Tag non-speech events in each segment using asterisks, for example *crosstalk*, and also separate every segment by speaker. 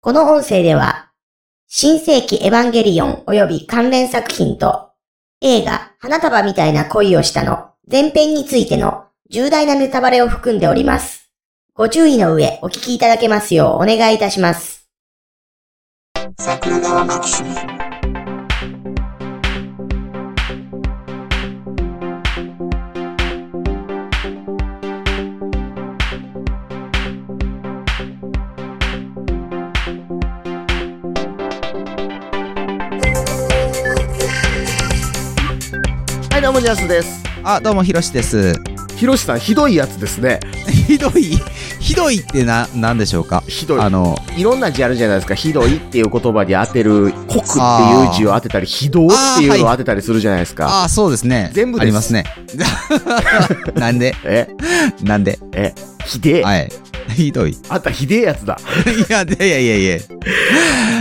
Speaker 1: この音声では、新世紀エヴァンゲリオン及び関連作品と、映画花束みたいな恋をしたの前編についての重大なネタバレを含んでおります。ご注意の上お聞きいただけますようお願いいたします。
Speaker 2: 桜川マキシム
Speaker 3: はい、どうも、ジャスです。
Speaker 4: あ、どうも、ひろしです。
Speaker 3: ひろしさん、ひどいやつですね。
Speaker 4: *laughs* ひどい、ひどいってな、なんでしょうか
Speaker 3: ひどい。
Speaker 4: あの、
Speaker 3: いろんな字あるじゃないですか。ひどいっていう言葉に当てる、濃くっていう字を当てたり、非道っていうのを当てたりするじゃないですか。
Speaker 4: ああ、そうですね。
Speaker 3: 全部です
Speaker 4: あります
Speaker 3: *laughs*
Speaker 4: ね。なんで
Speaker 3: え、
Speaker 4: なんで
Speaker 3: え、ひでえ。
Speaker 4: はい。ひどい。い
Speaker 3: あんたひでえやつだ。
Speaker 4: や、いやいやいや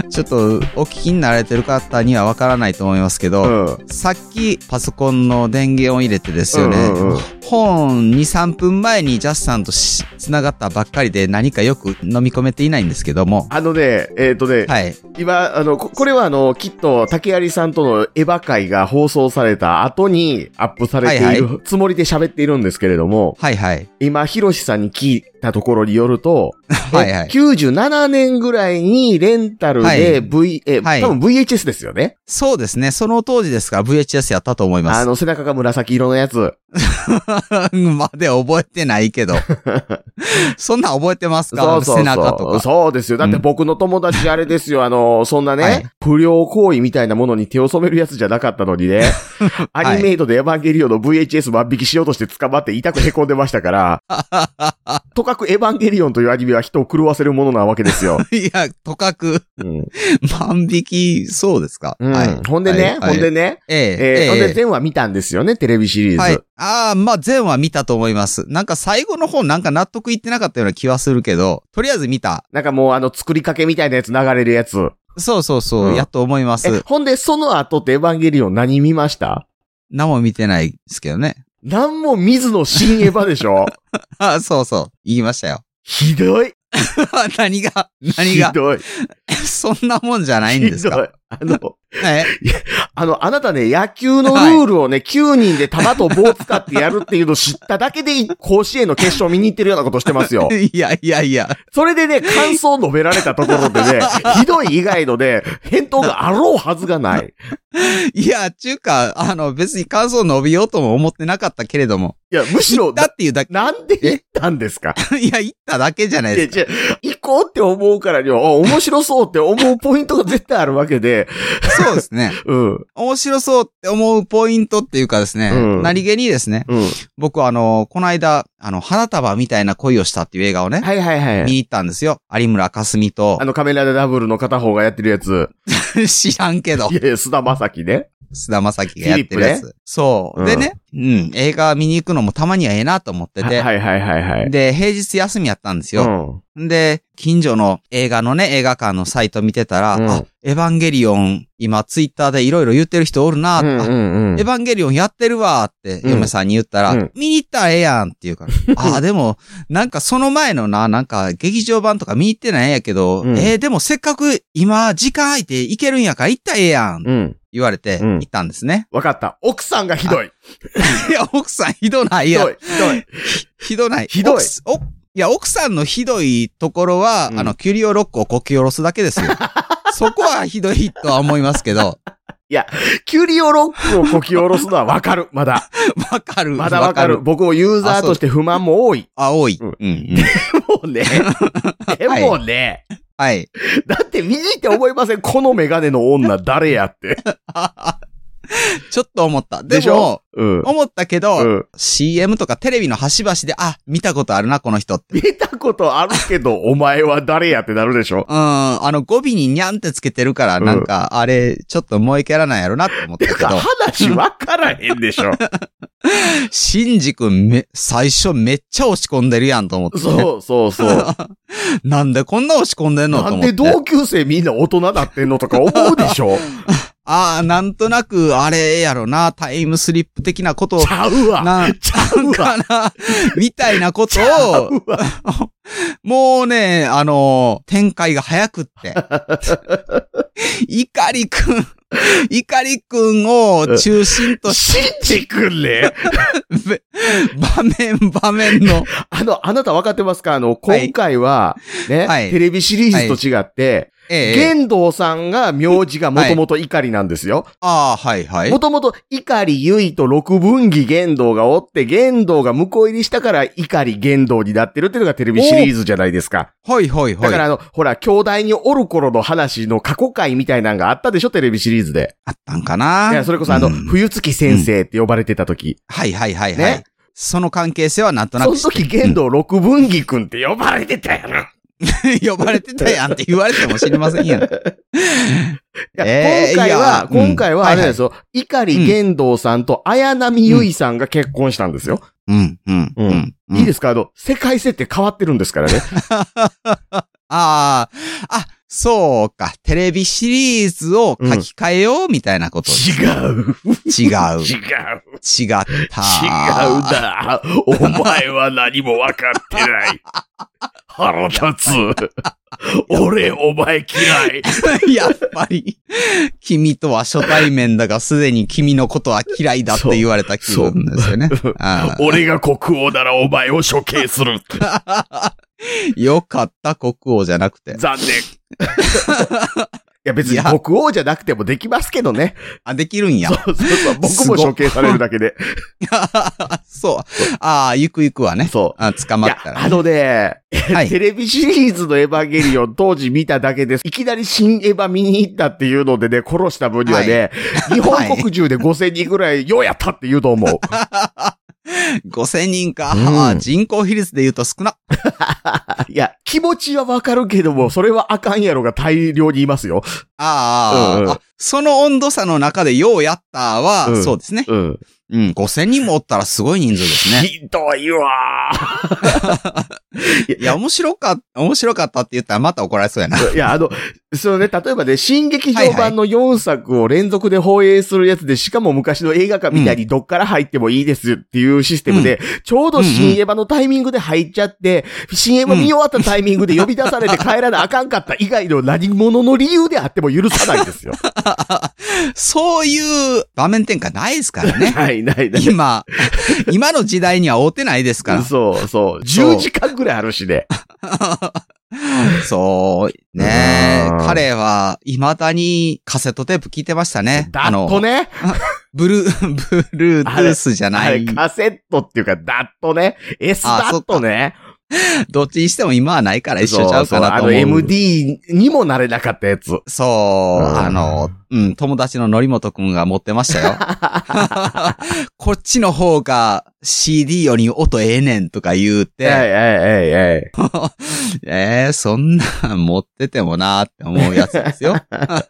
Speaker 4: ちょっと、お聞きになられてる方にはわからないと思いますけ
Speaker 3: う
Speaker 4: ど、
Speaker 3: ん。うん
Speaker 4: さっきパソコンの電源を入れてですよね。
Speaker 3: うんうん
Speaker 4: 本2、3分前にジャスさんとし繋がったばっかりで何かよく飲み込めていないんですけども。
Speaker 3: あのね、えっ、とね、
Speaker 4: はい。
Speaker 3: 今、あの、ここれはあの、きっと、竹有さんとのエヴァ会が放送された後にアップされている、
Speaker 4: はいは
Speaker 3: つもりで喋っているんですけれども、
Speaker 4: はいはい。
Speaker 3: 今、ひろしさんに聞いたところによると、
Speaker 4: *laughs* はいはい。
Speaker 3: 97年ぐらいにレンタル
Speaker 4: は
Speaker 3: で
Speaker 4: い
Speaker 3: V、え、
Speaker 4: はい
Speaker 3: 多分 VHS ですよね。
Speaker 4: そうですね。その当時ですから VHS やったと思い
Speaker 3: あ
Speaker 4: ます。
Speaker 3: の、背中が紫色のやつ。
Speaker 4: *laughs* まで覚えてな
Speaker 3: *laughs*
Speaker 4: いけど。そんなん覚えてますか
Speaker 3: そうそうそう。
Speaker 4: 背中とか。
Speaker 3: そうですよ。だって僕の友達あれですよ。あ
Speaker 4: *laughs*
Speaker 3: の、そんなね、
Speaker 4: はい
Speaker 3: 不良行為みたいなものに手を染めるやつじゃなかったのに
Speaker 4: *laughs*
Speaker 3: ね。アニメイトでエヴァンゲリオンの VHS 万引きしようとして捕まって痛く凹んでましたから。
Speaker 4: *laughs*
Speaker 3: とかくエヴァンゲリオンというアニメは人を狂わせるものなわけですよ。
Speaker 4: いや、とかく、
Speaker 3: うん。
Speaker 4: 万引き、そうですか。
Speaker 3: うん
Speaker 4: はい。
Speaker 3: ほんでね、
Speaker 4: はい
Speaker 3: ほんでね、
Speaker 4: え
Speaker 3: え
Speaker 4: え
Speaker 3: ー、ほん
Speaker 4: え
Speaker 3: で全話見たんですよね、テレビシリー
Speaker 4: え
Speaker 3: ズ。
Speaker 4: はい。ああ、まあ、全は見たと思います。なんか最後の方なんか納得いってなかったような気はするけど、とりあえず見た。
Speaker 3: なんかもうあの作りかけみたいなやつ流れるやつ。
Speaker 4: そうそうそう、
Speaker 3: うん
Speaker 4: やと思いま
Speaker 3: え
Speaker 4: す、。
Speaker 3: ほんでその後ってエヴァンゲリオン何見ました
Speaker 4: 何も見てないですけどね。 *laughs*
Speaker 3: なんも水野新エヴァでしょ
Speaker 4: ああ、そうそう。言いましたよ。 *laughs*
Speaker 3: ひどい
Speaker 4: 何が、何が
Speaker 3: ひ、どい
Speaker 4: そんなもんじゃないん
Speaker 3: ひ
Speaker 4: です
Speaker 3: ど
Speaker 4: か
Speaker 3: いあ
Speaker 4: *laughs*
Speaker 3: の、
Speaker 4: え
Speaker 3: あの、あなたね、野球のルールをね、9人で球と棒使ってやるっていうのを知っただけで、甲子園の決勝見に行ってるようなことして
Speaker 4: *laughs*
Speaker 3: ますよ。
Speaker 4: いやいやいや。
Speaker 3: それでね、感想述べられたところでね、ひどい以外のね、返答があろうはずがない。
Speaker 4: いや、ちゅうか、あの、別に感想伸びようとも思ってなかったけれども。
Speaker 3: いや、むしろ、
Speaker 4: だっ
Speaker 3: な
Speaker 4: ていうだけ、 *laughs*
Speaker 3: なんで言ったんですか
Speaker 4: いや、言っただけじゃない
Speaker 3: いや、
Speaker 4: ですか。
Speaker 3: じゃ行こうって思うからには、あ面白そうって思うポイントが絶対あるわけで、 *laughs*
Speaker 4: そうですね。
Speaker 3: うん、
Speaker 4: 面白そうって思うポイントっていうかですね、
Speaker 3: うん
Speaker 4: 何気にですね、
Speaker 3: うん。
Speaker 4: 僕はあの、この間、あの、花束みたいな恋をしたっていう映画をね、
Speaker 3: はいはいはい。
Speaker 4: 見に行ったんですよ。有村架純と
Speaker 3: あ、の、カメラでダブルの片方がやってるやつ。
Speaker 4: *laughs* 知らんけど
Speaker 3: い、やいや、須田正樹ね。
Speaker 4: 菅田正樹がやってるや
Speaker 3: フ
Speaker 4: つ。そう、
Speaker 3: うん
Speaker 4: でね、うん、映画見に行くのもたまにはええなと思って
Speaker 3: は
Speaker 4: て、
Speaker 3: いはいはいはい。
Speaker 4: で、平日休みやったんですよ。
Speaker 3: うん。
Speaker 4: で、近所の映画のね、映画館のサイト見てたら、
Speaker 3: うん
Speaker 4: あ、エヴァンゲリオン、今ツイッターでいろいろ言ってる人おるな、
Speaker 3: うんう
Speaker 4: あ
Speaker 3: んうん
Speaker 4: エヴ。ァンゲリオンやってるわって、
Speaker 3: うん
Speaker 4: 嫁さんに言ったら、
Speaker 3: うん
Speaker 4: 見に行ったらええやんってい
Speaker 3: *laughs*
Speaker 4: うから、あ、でも、なんかその前のな、なんか劇場版とか見に行ってないんやけど、
Speaker 3: うん
Speaker 4: えーでもせっかく今時間空いて行けるんやから行ったらええやんって
Speaker 3: うん。
Speaker 4: 言われて、
Speaker 3: うん
Speaker 4: 行ったんですね。 *laughs*
Speaker 3: わかった。奥さんがひどい。
Speaker 4: いや、奥さんひどない
Speaker 3: ひ
Speaker 4: や
Speaker 3: どい。ひどい。
Speaker 4: ひどない。
Speaker 3: ひどい
Speaker 4: 奥すおいや、奥さんのひどいところは、
Speaker 3: うん
Speaker 4: あの、キュリオロックをこき下ろすだけ
Speaker 3: *laughs*
Speaker 4: ですよ。そこはひどいとは思いますけど、
Speaker 3: キュリオロックをこき下ろすのはわかる。まだ。
Speaker 4: わかる。
Speaker 3: まだわかる。。僕もユーザーとして不満も多い。
Speaker 4: あ、多い。
Speaker 3: う
Speaker 4: うんん、うん。
Speaker 3: も
Speaker 4: *laughs*
Speaker 3: うね。でもね。
Speaker 4: はい。
Speaker 3: だって見に行って思いません。このメガネの女誰やって。
Speaker 4: ちょっと思った。で
Speaker 3: でし
Speaker 4: も
Speaker 3: ょ、うん。
Speaker 4: 思ったけど、
Speaker 3: うん。
Speaker 4: CM とかテレビの端々で、あ、見たことあるな、この人って。
Speaker 3: 見たことあるけど、お前は誰やってなるでしょ
Speaker 4: うん、あの、語尾ににゃんってつけてるから、
Speaker 3: うん
Speaker 4: なんか、あれ、ちょっと萌えキャラなんやろなって思った
Speaker 3: て
Speaker 4: け
Speaker 3: か、
Speaker 4: ど、
Speaker 3: 話わからへんでしょ。
Speaker 4: シンジ君め、最初めっちゃ落ち込んでるやんと思っ
Speaker 3: *laughs*
Speaker 4: て。
Speaker 3: そうそう *laughs* そう。
Speaker 4: なんでこんな押し込んでんの
Speaker 3: な
Speaker 4: と思
Speaker 3: ん
Speaker 4: って。
Speaker 3: *laughs* で同級生みんな大人だってんのとか思うでしょ
Speaker 4: ああ、なんとなく、あれやろな、タイムスリップ的なことを
Speaker 3: ち、ゃうわ
Speaker 4: なん
Speaker 3: *laughs* ちゃうわ
Speaker 4: かな、みたいなことを、
Speaker 3: うわ
Speaker 4: *laughs* もうね、あの、展開が早
Speaker 3: *laughs*
Speaker 4: くって。いかりくん、いかりくんを中心
Speaker 3: *laughs*
Speaker 4: とし
Speaker 3: 信じくん *laughs* ね
Speaker 4: て、 *laughs* 場面場面の、
Speaker 3: あの、あなた分かってますかあの、今回は、ね、
Speaker 4: はい
Speaker 3: テレビシリーズと違って、
Speaker 4: ええ
Speaker 3: 玄道さんが名字がもともと怒りなんですよ。
Speaker 4: ああ、はいはい
Speaker 3: も。ともと怒りゆいと六分岐玄道がおって、玄道が向こう入りしたから怒り玄道になってるっていうのがテレビシリーズじゃないですか。
Speaker 4: はいはいはい。
Speaker 3: だからあの、ほら、兄弟におる頃の話の過去回みたいなのがあったでしょテレビシリーズで。
Speaker 4: あったんかない
Speaker 3: や、それこそあの、
Speaker 4: うん
Speaker 3: 冬月先生って呼ばれてた時。
Speaker 4: はいはいはいはい。
Speaker 3: ね
Speaker 4: その関係性はなんとな
Speaker 3: そ
Speaker 4: く
Speaker 3: の時玄道六分岐くんって呼ばれてたやな。
Speaker 4: 呼ばれてたやんって言われても知りませんや
Speaker 3: い
Speaker 4: ん。
Speaker 3: や
Speaker 4: *laughs* えー
Speaker 3: 今回は、
Speaker 4: いやうん
Speaker 3: 今回はあれなんですよ、碇玄道さんと綾波ゆいさんが結婚したんですよ。
Speaker 4: うん、うん、うん。うん
Speaker 3: いいですかあの、世界設定変わってるんですから
Speaker 4: *laughs*
Speaker 3: ね。
Speaker 4: ああ、あ、そうか。テレビシリーズを書き換えようみたいなこと。
Speaker 3: 違う。*laughs*
Speaker 4: 違う。違
Speaker 3: 違う。違う
Speaker 4: った。
Speaker 3: だ。お前は何も分かってない。腹立つ。俺、お前嫌い。
Speaker 4: やっぱり、君とは初対面だが、すでに君のことは嫌いだって言われた気分ですよね。ああ
Speaker 3: 俺が国王ならお前を処刑する。
Speaker 4: よかった、国王じゃなくて。
Speaker 3: *laughs* 残念。いや別
Speaker 4: いや
Speaker 3: に国王じゃなくてもできますけどね。
Speaker 4: あ、できるん
Speaker 3: *laughs*
Speaker 4: や。
Speaker 3: そうそうそう僕も処刑されるだけで。
Speaker 4: そう。ああ、ゆくゆくはね。
Speaker 3: そう
Speaker 4: あ捕
Speaker 3: い
Speaker 4: まっ
Speaker 3: や、
Speaker 4: たら
Speaker 3: あ
Speaker 4: ね。
Speaker 3: のね、
Speaker 4: *laughs* はい
Speaker 3: テレビシリーズのエヴァンゲリオン当時見ただけです。いきなり新エヴァ見に行ったっていうのでね、殺した分にはね、日
Speaker 4: *laughs*
Speaker 3: 本国中で5000人ぐらい、ようやったって言うと思う。
Speaker 4: 5000人か。
Speaker 3: うん
Speaker 4: ああ人口比率で言うと少な。
Speaker 3: いや、気持ちはわかるけども、それはあかんやろが大量にいますよ。
Speaker 4: ああ、
Speaker 3: うんうん
Speaker 4: あその温度差の中でようやったは、
Speaker 3: うん
Speaker 4: そうですね。
Speaker 3: うん。
Speaker 4: うん、5000人もおったらすごい人数ですね。
Speaker 3: ひどいわー。
Speaker 4: いや、面白かった、面白かったって言ったらまた怒られそうやな。
Speaker 3: いや、あの、そのね、例えばね、新劇場版の4作を連続で放映するやつで、しかも昔の映画館みたいにどっから入ってもいいですっていうシステムで、ちょうど新エヴァのタイミングで入っちゃって、新エヴァ見終わったタイミングで呼び出されて帰らなあかんかった以外の何者の理由であっても許さないですよ。
Speaker 4: そういう場面転換 *laughs* ないですからね。
Speaker 3: ない *laughs* ないない。
Speaker 4: 今、今の時代には合うてないですから。
Speaker 3: そうそう。
Speaker 4: そう
Speaker 3: 10時間ぐらいあるしね。
Speaker 4: そう、ね
Speaker 3: うん
Speaker 4: 彼は、未だにカセットテープ聞いてましたね。
Speaker 3: だ
Speaker 4: あ
Speaker 3: っと
Speaker 4: の、
Speaker 3: ね。
Speaker 4: ブルー、 *laughs* ブルートゥースじゃ
Speaker 3: あ
Speaker 4: な
Speaker 3: れ、
Speaker 4: い。
Speaker 3: カセットっていうか、だっとね。S
Speaker 4: あ
Speaker 3: だっとね。
Speaker 4: どっちにしても今はないから一緒ちゃうか
Speaker 3: そうそ
Speaker 4: なと思う。
Speaker 3: うあの MD にもなれなかったやつ。
Speaker 4: そう、
Speaker 3: うん
Speaker 4: あの、うん、友達の則本くんが持ってました
Speaker 3: *laughs*
Speaker 4: よ。 *laughs* こっちの方が CD より音ええねんとか言うて、
Speaker 3: はいはいはいはい。 *laughs*
Speaker 4: えー、そんなん持っててもなーって思うやつですよ。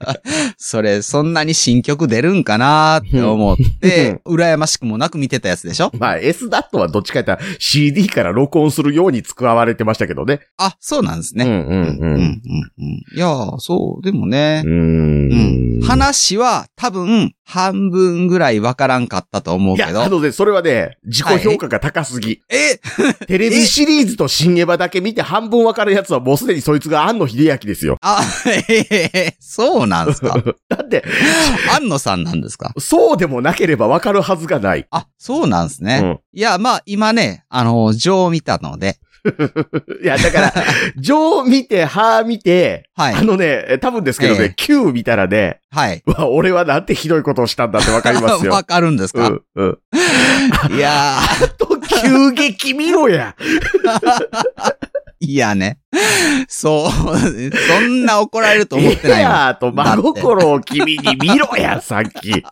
Speaker 4: *laughs* それ、そんなに新曲出るんかなーって思って、 *laughs* 羨ましくもなく見てたやつでしょ
Speaker 3: まあ S ダットはどっちかやったら CD から録音するように使われてましたけどね。
Speaker 4: あ、そうなんです
Speaker 3: う
Speaker 4: ね。
Speaker 3: んう
Speaker 4: うん
Speaker 3: ん
Speaker 4: うんうんいやー、そう、でもね
Speaker 3: う、ん。うーん。
Speaker 4: 話は多分半分ぐらいわからんかったと思う
Speaker 3: い
Speaker 4: け
Speaker 3: や、
Speaker 4: ど
Speaker 3: あ。のね、それはね、自己評価が高すぎ。
Speaker 4: え
Speaker 3: テレビシリーズと新エヴァだけ見て半分わかるやつはもうすでにそいつが安野秀明ですよ。
Speaker 4: あ、 *laughs* ええそうなんで
Speaker 3: *laughs*
Speaker 4: すか。
Speaker 3: だって、
Speaker 4: 安野さんなんですか。
Speaker 3: そうでもなければわかるはずがない。
Speaker 4: あ、そうなんですね。
Speaker 3: うん
Speaker 4: いや、まあ、今ね、あの、情を見たので、
Speaker 3: いや、だ
Speaker 4: *laughs*
Speaker 3: から、上を見て、歯見て、
Speaker 4: はい
Speaker 3: あのね、多分ですけど
Speaker 4: ええ
Speaker 3: ね、Q 見たらね、
Speaker 4: はい。
Speaker 3: うわ俺はなんてひどいことをしたんだってわかりますよ
Speaker 4: *laughs* わ。かるんです
Speaker 3: う
Speaker 4: か、
Speaker 3: ん、うん。
Speaker 4: いやー、
Speaker 3: と、急激見ろや。
Speaker 4: いやね。そう、そんな怒られると思ってない
Speaker 3: ええ
Speaker 4: わ。
Speaker 3: やと、真心を君に見ろ
Speaker 4: *laughs*
Speaker 3: や、さっき。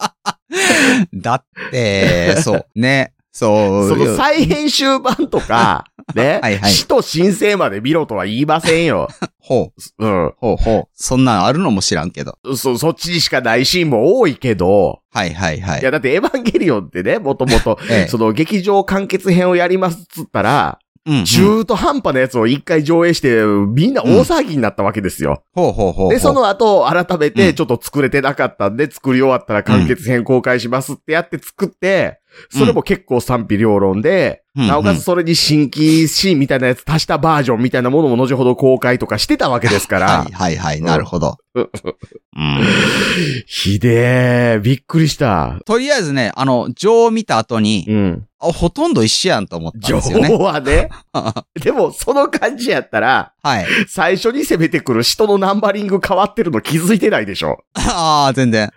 Speaker 4: だって、そう、ね、そう。
Speaker 3: その再編集版と
Speaker 4: *laughs*
Speaker 3: か、ね。
Speaker 4: はいはい
Speaker 3: 死と申請まで見ろとは言いませんよ。
Speaker 4: ほう、
Speaker 3: うん。
Speaker 4: ほう、ほう。そんなんあるのも知らんけど。
Speaker 3: そ、そっちにしかないシーンも多いけど、
Speaker 4: はい、はい、はい
Speaker 3: いや、
Speaker 4: い。
Speaker 3: だってエヴァンゲリオンってね、もともと
Speaker 4: ええ、
Speaker 3: その劇場完結編をやりますっつったら、
Speaker 4: うん。
Speaker 3: 中途半端なやつを一回上映して、みんな大騒ぎになったわけですよ。
Speaker 4: ほうほうほうほう。
Speaker 3: で、そ、の後、改め
Speaker 4: う
Speaker 3: て、
Speaker 4: ん
Speaker 3: ちょっと作れてなかったんで、作り終わったら完結編公開しますってやって作って、それも結構賛否両論で、
Speaker 4: うん
Speaker 3: なおかつ、それに新規シーンみたいなやつ足したバージョンみたいなものも後ほど公開とかしてたわけですから
Speaker 4: はい、はいはい、なるほど。うん。
Speaker 3: ひでえ、びっくりした。
Speaker 4: とりあえずね、あの、情を見た後に、
Speaker 3: うん。
Speaker 4: あほとんど一緒やんと思ったん
Speaker 3: 情
Speaker 4: ですよね。
Speaker 3: 報は
Speaker 4: *laughs*
Speaker 3: ね。でも、その感じやったら、
Speaker 4: はい。 *laughs*
Speaker 3: 最初に攻めてくる人のナンバリング変わってるの気づいてないでしょ。
Speaker 4: ああ、全然。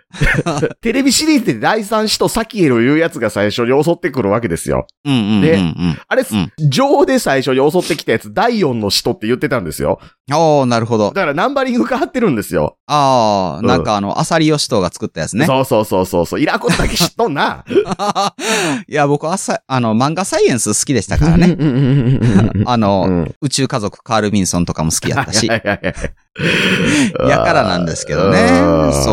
Speaker 3: テレビシリーズで第三使徒サキエルいうやつが最初に襲ってくるわけですよ。
Speaker 4: うんうんうん、う
Speaker 3: で
Speaker 4: ん。
Speaker 3: あれ、す
Speaker 4: うん
Speaker 3: 情で最初に襲ってきたやつ、第四の使徒って言ってたんですよ。
Speaker 4: おおなるほ
Speaker 3: だ
Speaker 4: ど。
Speaker 3: からナンバリング変わってるんですよ。
Speaker 4: ああ、
Speaker 3: うん
Speaker 4: なんかあの、アサリヨシトが作ったやつね。
Speaker 3: そうそうそうそうそう。いらんことだけ知っとんな。
Speaker 4: *laughs* いや、僕、アサ、あの、漫画サイエンス好きでしたから
Speaker 3: *laughs*
Speaker 4: ね。
Speaker 3: うんうんうんうんうんうん。
Speaker 4: あの、
Speaker 3: うん
Speaker 4: 宇宙家族カール・ミンソンとかも好きやった
Speaker 3: *laughs*
Speaker 4: し。
Speaker 3: は
Speaker 4: や
Speaker 3: いはいはいはい
Speaker 4: からなんですけどね
Speaker 3: あー。
Speaker 4: そ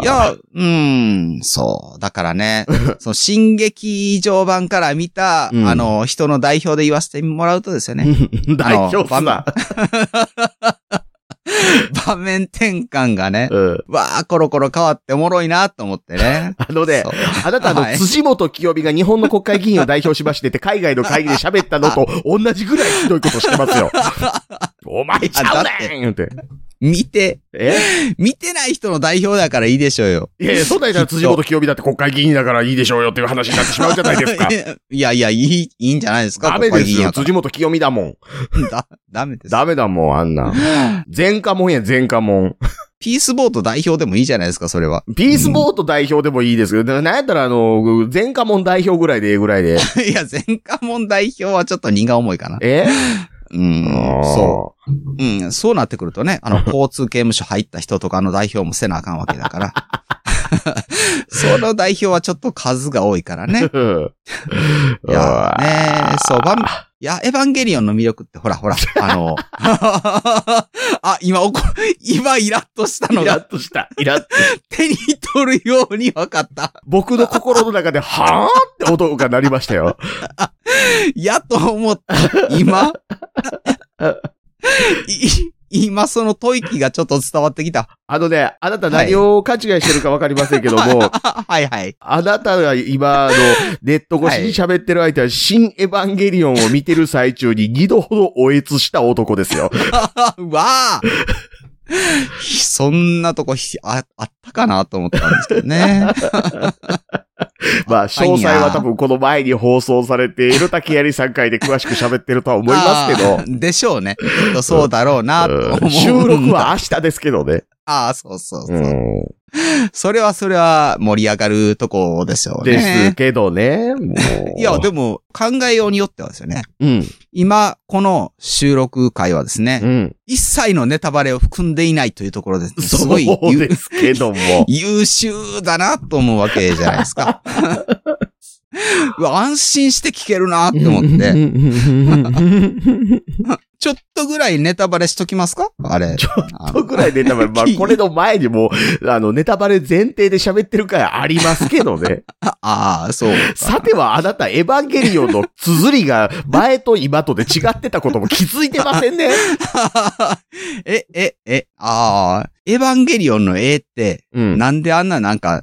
Speaker 4: う。いや、うん、そう。だか
Speaker 3: *laughs*
Speaker 4: らね、その、進撃場版から見た、
Speaker 3: うん
Speaker 4: あの、人の代表で言わせてもらうとですよね、
Speaker 3: 代表すな。
Speaker 4: 場面転換がね、
Speaker 3: うん。
Speaker 4: わあ、コロコロ変わっておもろいなと思ってね
Speaker 3: あのね
Speaker 4: そう、
Speaker 3: あなたあの
Speaker 4: はい
Speaker 3: 辻元清美が日本の国会議員を代表しましてって海外の会議で喋ったのと同じぐらいひどいことしてます
Speaker 4: *laughs*
Speaker 3: よ。お前ちゃうねんって。
Speaker 4: 見て、
Speaker 3: え
Speaker 4: 見てない人の代表だからいいでしょうよ。
Speaker 3: いやいや、そんなんじゃ辻元清美だって国会議員だからいいでしょうよっていう話になってしまうじゃないですか。
Speaker 4: *laughs* いやいや、いい、いいんじゃない *laughs* ですか
Speaker 3: ダメで
Speaker 4: 国会
Speaker 3: す
Speaker 4: 議員
Speaker 3: よ。
Speaker 4: やから
Speaker 3: 辻元清美だもん。
Speaker 4: だ、ダメです。
Speaker 3: ダメだもん、あん
Speaker 4: *laughs*
Speaker 3: な。前科もんや、前科もん。
Speaker 4: ピースボート代表でもいいじゃないですか、それは。
Speaker 3: ピースボート代表でもいいですけど、ななんやったらあの、前科もん代表ぐらいでええぐらいで。
Speaker 4: いや、前科問代表はちょっと荷が重いかな。
Speaker 3: え
Speaker 4: うん、 *laughs* そうう。うん、そうなってくるとね、
Speaker 3: *laughs*
Speaker 4: あの、交通刑務所入った人とかの代表もせなあかんわけだから。 *laughs* その代表はちょっと数が多いからね。。
Speaker 3: *laughs*
Speaker 4: いや、ねそう、ばん、いや、エヴァンゲリオンの魅力って、ほら
Speaker 3: *laughs*
Speaker 4: ほら、あの、 *laughs* あ、今怒、今イラッとしたの
Speaker 3: イラ
Speaker 4: が
Speaker 3: ッとした。イラッと
Speaker 4: 手に取るように分かった。 *laughs*
Speaker 3: 僕の心の中で、はぁって音が鳴りました *laughs* よ。
Speaker 4: やと思った。今 *laughs* い今その吐息がちょっと伝わってきた。
Speaker 3: あのね、あなた何を勘違いしてるかわかりませんけども、
Speaker 4: はいはい。
Speaker 3: *laughs* あなたが今、あの、ネット越しに喋ってる相手は、新エヴァンゲリオンを見てる最中に二度ほどおえつした男ですよ。 *laughs*
Speaker 4: うわあそんなとこひああったかなと思ったんですけどね。
Speaker 3: まあ、詳細は多分この前に放送されてい *laughs* る竹槍さん会で詳しく喋ってるとは *laughs* 思いますけど
Speaker 4: あ、ーでしょうね。きっとそうだろうなと思う
Speaker 3: うん収録は明日ですけどね。
Speaker 4: ああ、そうそうそう。
Speaker 3: うん
Speaker 4: それはそれは盛り上がるとこですよね。
Speaker 3: ですけどね。もう
Speaker 4: いや、でも考えようによってはですよね。
Speaker 3: うん。
Speaker 4: 今、この収録会はですね、
Speaker 3: うん。
Speaker 4: 一切のネタバレを含んでいないというところです、す
Speaker 3: そ
Speaker 4: ごい
Speaker 3: う
Speaker 4: 優
Speaker 3: ですけども。
Speaker 4: 優秀だなと思うわけじゃないです
Speaker 3: *laughs*
Speaker 4: か。うわ安心して聞けるなと思って。
Speaker 3: て。
Speaker 4: ちょっとぐらいネタバレしときますかあれ。
Speaker 3: ちょ
Speaker 4: っ
Speaker 3: とぐらいネタバレ、まあ、これの前にも、あの、ネタバレ前提で喋ってる回ありますけどね。
Speaker 4: ああ、そう。 *laughs*
Speaker 3: さてはあなた、エヴァンゲリオンの綴りが前と今とで違ってたことも気づいてませんね。
Speaker 4: え、え、え、ああ、エヴァンゲリオンの絵って、
Speaker 3: うん。
Speaker 4: なんであんななんか、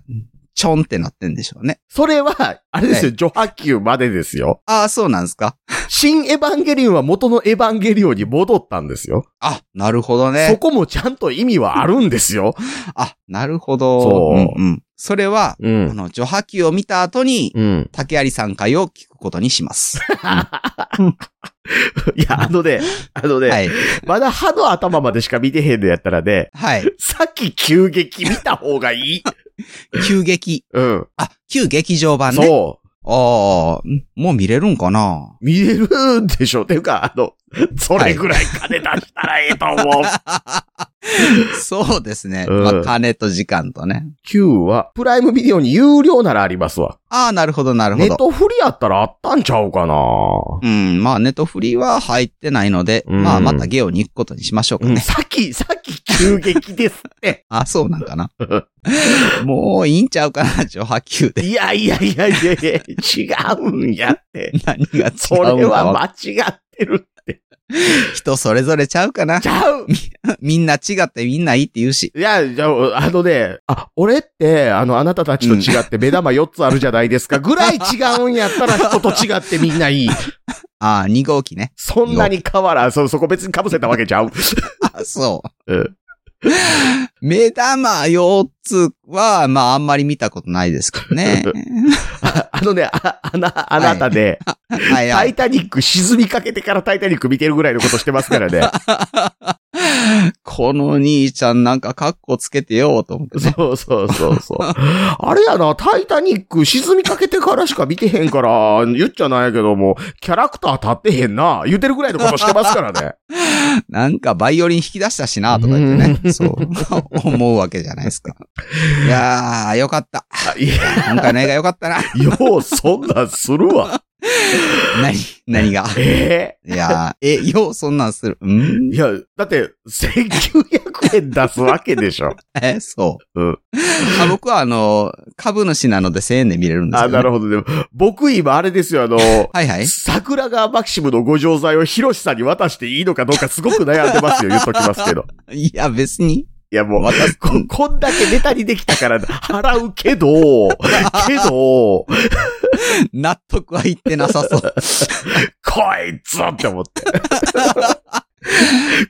Speaker 4: ちょんってなってんでしょうね。
Speaker 3: それは、あれですよ、序波球までですよ。
Speaker 4: ああ、そうなんですか。
Speaker 3: 新エヴァンゲリオンは元のエヴァンゲリオンに戻ったんですよ。
Speaker 4: あ、なるほど
Speaker 3: そ
Speaker 4: ね。
Speaker 3: こもちゃんと意味はあるんですよ。
Speaker 4: あ、なるほど。
Speaker 3: そう
Speaker 4: うんうん。それは、
Speaker 3: う
Speaker 4: あ
Speaker 3: ん。
Speaker 4: の、序波球を見た後に、
Speaker 3: うん。
Speaker 4: 竹有さん会を聞くことにします。
Speaker 3: いや、あのね、あのね、
Speaker 4: はい。
Speaker 3: まだ歯の頭までしか見てへんのやったらね、
Speaker 4: はい。
Speaker 3: さっき急激見た方がいい。
Speaker 4: 急激。
Speaker 3: うん。
Speaker 4: あ、旧劇場版ね。
Speaker 3: そ
Speaker 4: ああ、もう見れるんかな
Speaker 3: う。見れるんでしょ。っていうか、あの、それぐらい金出したらええと思う。
Speaker 4: そうですね。
Speaker 3: うん
Speaker 4: まあ、金と時間とね。
Speaker 3: 9は、プライムビデオに有料ならありますわ。
Speaker 4: ああ、なるほど、なるほ
Speaker 3: ネッ
Speaker 4: ど。
Speaker 3: トフリやったらあったんちゃうかな
Speaker 4: うん、まあ、ネットフリーは入ってないので、
Speaker 3: うん
Speaker 4: まあ、またゲオに行くことにしましょうか
Speaker 3: うん、
Speaker 4: ね。
Speaker 3: さっき、さっき急急激です *laughs* って。
Speaker 4: あ、そうなんかな。もういいんちゃうかな、上波球で。
Speaker 3: いやいやいやいやいや、違うんや *laughs* って。
Speaker 4: 何が違
Speaker 3: そうれ
Speaker 4: のか
Speaker 3: は
Speaker 4: わ
Speaker 3: 間違ってる。
Speaker 4: 人それぞれちゃうかな
Speaker 3: ち。ゃう
Speaker 4: みんな違ってみんないいって言うし。
Speaker 3: いや、じゃあ、あのね、あ、俺って、あの、あなたたちと違って目玉4つあるじゃないです
Speaker 4: *laughs*
Speaker 3: か、ぐらい違うんやったら人と違ってみんないい。
Speaker 4: ああ、2号機ね。
Speaker 3: そんなに変わらん。そ、そこ別に被せたわけちゃう。
Speaker 4: あそう。
Speaker 3: うん
Speaker 4: 目玉4つは、まああんまり見たことないですけどね。
Speaker 3: ああのね、あ、あな、あなたで、
Speaker 4: はい
Speaker 3: タ
Speaker 4: は
Speaker 3: イ
Speaker 4: い。
Speaker 3: タニック沈みかけてからタイタニック見てるぐらいのことしてますからね。
Speaker 4: この兄ちゃんなんかカッコつけてよ、と
Speaker 3: *laughs*
Speaker 4: 思ってね。
Speaker 3: *laughs* そうそうそうそう。あれやな、タイタニック沈みかけてからしか見てへんから、言っちゃないけども、キャラクター立ってへんな、言うてるぐらいのことしてますからね。
Speaker 4: なんかバイオリン弾き出したしな、とか言ってね。そう。思うわけじゃないですか。いやー、よかった。
Speaker 3: あいや、
Speaker 4: 今回の映画よかったな。
Speaker 3: よう、そんなんするわ。
Speaker 4: 何、何が。
Speaker 3: え
Speaker 4: いやー、え、よう、そんなんする。うん
Speaker 3: えいや、だって、1900円出すわけでしょ。
Speaker 4: え、そう。
Speaker 3: うん
Speaker 4: あ僕は、あの、株主なので1000円で見れるんで
Speaker 3: *laughs*
Speaker 4: す
Speaker 3: あ、
Speaker 4: けど、
Speaker 3: な
Speaker 4: ね。
Speaker 3: るほど。でも、僕今あれですよ、 *laughs* あの、
Speaker 4: はいはい。
Speaker 3: 桜川マキシムのご錠剤をヒロシさんに渡していいのかどうかすごく悩んでますよ、言っときますけど。
Speaker 4: いや、別に。
Speaker 3: いやもう、
Speaker 4: 渡す
Speaker 3: こ、こんだけネタにできたから払うけど、けど、こ
Speaker 4: 納得はいってなさそう。
Speaker 3: *laughs* いつって思 *laughs* って。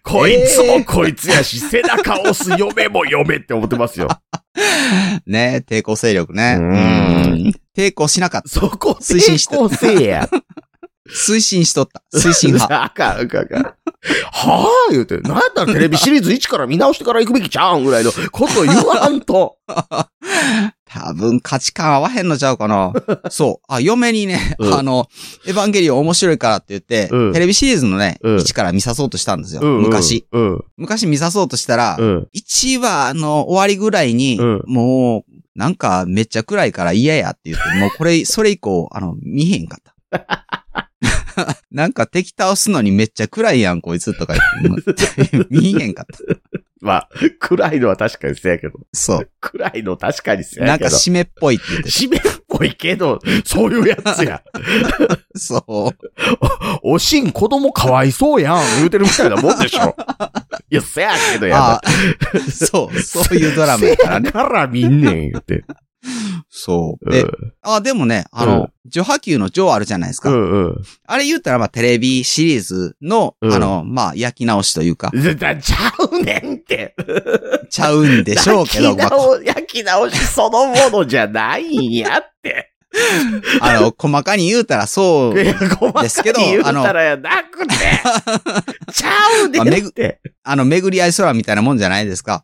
Speaker 3: こいつもこいつやし、背中押す嫁も嫁って思ってますよ。
Speaker 4: ね抵抗勢力ね。
Speaker 3: う
Speaker 4: うん抵抗しなかっ
Speaker 3: *laughs*
Speaker 4: た。
Speaker 3: そこ、
Speaker 4: 推進して
Speaker 3: 成功せえや。
Speaker 4: 推進しとった。推進
Speaker 3: *laughs*
Speaker 4: 派。
Speaker 3: あかん、あかん、あかん。はぁ言うて、なんだテレビシリーズ1から見直してから行くべきちゃうんぐらいのこと言わんと。
Speaker 4: 多分価値観合わへんのちゃうかな。そう。あ、嫁にね、
Speaker 3: うん
Speaker 4: あの、エヴァンゲリオン面白いからって言って、
Speaker 3: うん
Speaker 4: テレビシリーズのね、
Speaker 3: うん
Speaker 4: 1から見 *laughs* さそうとしたんですよ。
Speaker 3: うんうん
Speaker 4: 昔。。
Speaker 3: うん。
Speaker 4: 昔見さそうとしたら、
Speaker 3: うん。
Speaker 4: 1話の終わりぐらいに、
Speaker 3: うん
Speaker 4: もう、なんかめっちゃ暗いから嫌やって
Speaker 3: *laughs*
Speaker 4: 言って、もうこれ、それ以降、あの、見へんかった。 *laughs* なんか敵倒すのにめっちゃ暗いやん、こいつとか言って、もう見へんかった。
Speaker 3: まあ、暗いのは確かにせやけど。
Speaker 4: そう。
Speaker 3: 暗いの確かにせ
Speaker 4: な
Speaker 3: や
Speaker 4: ん
Speaker 3: けど
Speaker 4: か。締めっぽいって言って
Speaker 3: 締めっぽいけど、そういうやつや。 *laughs*
Speaker 4: た。そう。
Speaker 3: おしん子供かわいそうやん、言うてるみたいなもんでし
Speaker 4: *laughs*
Speaker 3: ょ。いや、せやけど *laughs* や
Speaker 4: あ
Speaker 3: っ
Speaker 4: そう、そういうドラマやから
Speaker 3: *laughs*
Speaker 4: ね。
Speaker 3: ぱ。から見んねん、言うて。
Speaker 4: そう。
Speaker 3: う
Speaker 4: で
Speaker 3: ん、
Speaker 4: あ、でもね、あ
Speaker 3: う
Speaker 4: の、ジョハ級のジョーあるじゃないです
Speaker 3: う
Speaker 4: か。
Speaker 3: んうん。
Speaker 4: あれ言ったら、まあ、テレビシリーズの、
Speaker 3: うん
Speaker 4: あの、まあ、焼き直しというか、
Speaker 3: じゃ、ちゃうねんって。
Speaker 4: ちゃうんでしょうけど、
Speaker 3: 焼き
Speaker 4: まあ、
Speaker 3: 直焼き直しそのものじゃないんやって。
Speaker 4: あの、細かに言 *laughs* うたらそ、
Speaker 3: いうや細か
Speaker 4: ですけど
Speaker 3: に言うたらやなく
Speaker 4: *laughs*
Speaker 3: て。ちゃうねんって。
Speaker 4: あの、巡り合い空みたいなもんじゃないですか。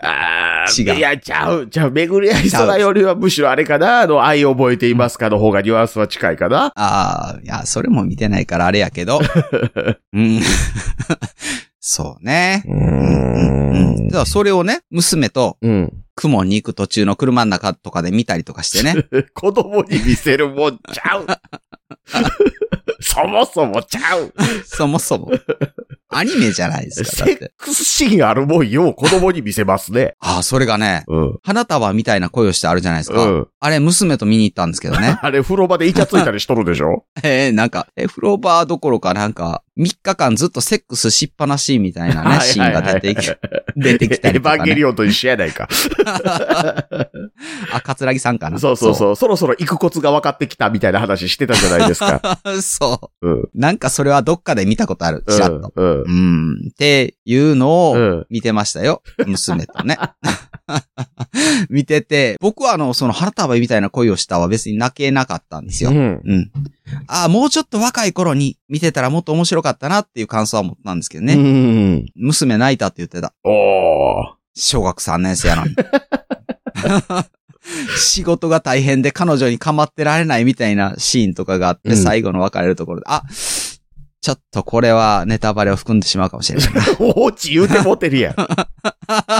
Speaker 3: ああ、
Speaker 4: 違う
Speaker 3: いや、ちゃう。じゃあ、巡り合い空よりはむしろあれかな、あの、愛覚えていますかの方がニュアンスは近いかな。
Speaker 4: ああ、いや、それも見てないからあれやけ *laughs* ど。うん。そうね。
Speaker 3: う
Speaker 4: うん。。だからそれをね、娘と
Speaker 3: うん。
Speaker 4: 雲に行く途中の車の中とかで見たりとかして *laughs* ね。
Speaker 3: 子供に見せるもんちゃう。 *laughs* そもそもちゃう。
Speaker 4: そもそも。アニメじゃないです *laughs* か。だ
Speaker 3: セ
Speaker 4: っ
Speaker 3: ッ
Speaker 4: て。
Speaker 3: クスシーンあるもんよう子供に見せますね。
Speaker 4: ああ、それがね、
Speaker 3: うん。
Speaker 4: 花束みたいな声をしてあるじゃないです
Speaker 3: う
Speaker 4: か。
Speaker 3: ん。
Speaker 4: あれ、娘と見に行ったんですけどね。
Speaker 3: *laughs* あれ、風呂場でイチャついたりしとるでしょ
Speaker 4: えー、なんか、え、フローバーどころかなんか、3日間ずっとセックスしっぱなしみた
Speaker 3: *laughs*
Speaker 4: いなね、シーンが出てき、出てきた
Speaker 3: エ
Speaker 4: り
Speaker 3: ヴ
Speaker 4: と
Speaker 3: ァ
Speaker 4: か、
Speaker 3: ンゲ
Speaker 4: ね。
Speaker 3: リオンと一緒やないか。
Speaker 4: あ、カツラギさんかな。
Speaker 3: そうそうそう。そろそろ行くコツが分かってきたみたいな話してたじゃないです
Speaker 4: *laughs*
Speaker 3: か。
Speaker 4: そう。そ
Speaker 3: うん。
Speaker 4: う。なんかそれはどっかで見たことある。ちらっと。
Speaker 3: うん。
Speaker 4: うん。っていうの
Speaker 3: う
Speaker 4: を、
Speaker 3: ん。
Speaker 4: 見てましたよ。娘とね。 *laughs* 見てて、僕はあの、その花束みたいな恋をしたは別に泣けなかったんですよ。
Speaker 3: うん。
Speaker 4: うん。ああ、もうちょっと若い頃に見てたらもっと面白かったなっていう感想は持ったんですけどね。
Speaker 3: ね。
Speaker 4: 娘泣いたって言ってた。
Speaker 3: おおー。
Speaker 4: 小学3年生やのに。仕事が大変で彼女に構ってられないみたいなシーンとかがあって、
Speaker 3: うん
Speaker 4: 最後の別れるところで、あ、ちょっとこれはネタバレを含んでしまうかもしれ
Speaker 3: *laughs*
Speaker 4: ない。
Speaker 3: おうち言うてもてる
Speaker 4: *laughs*
Speaker 3: やん。あ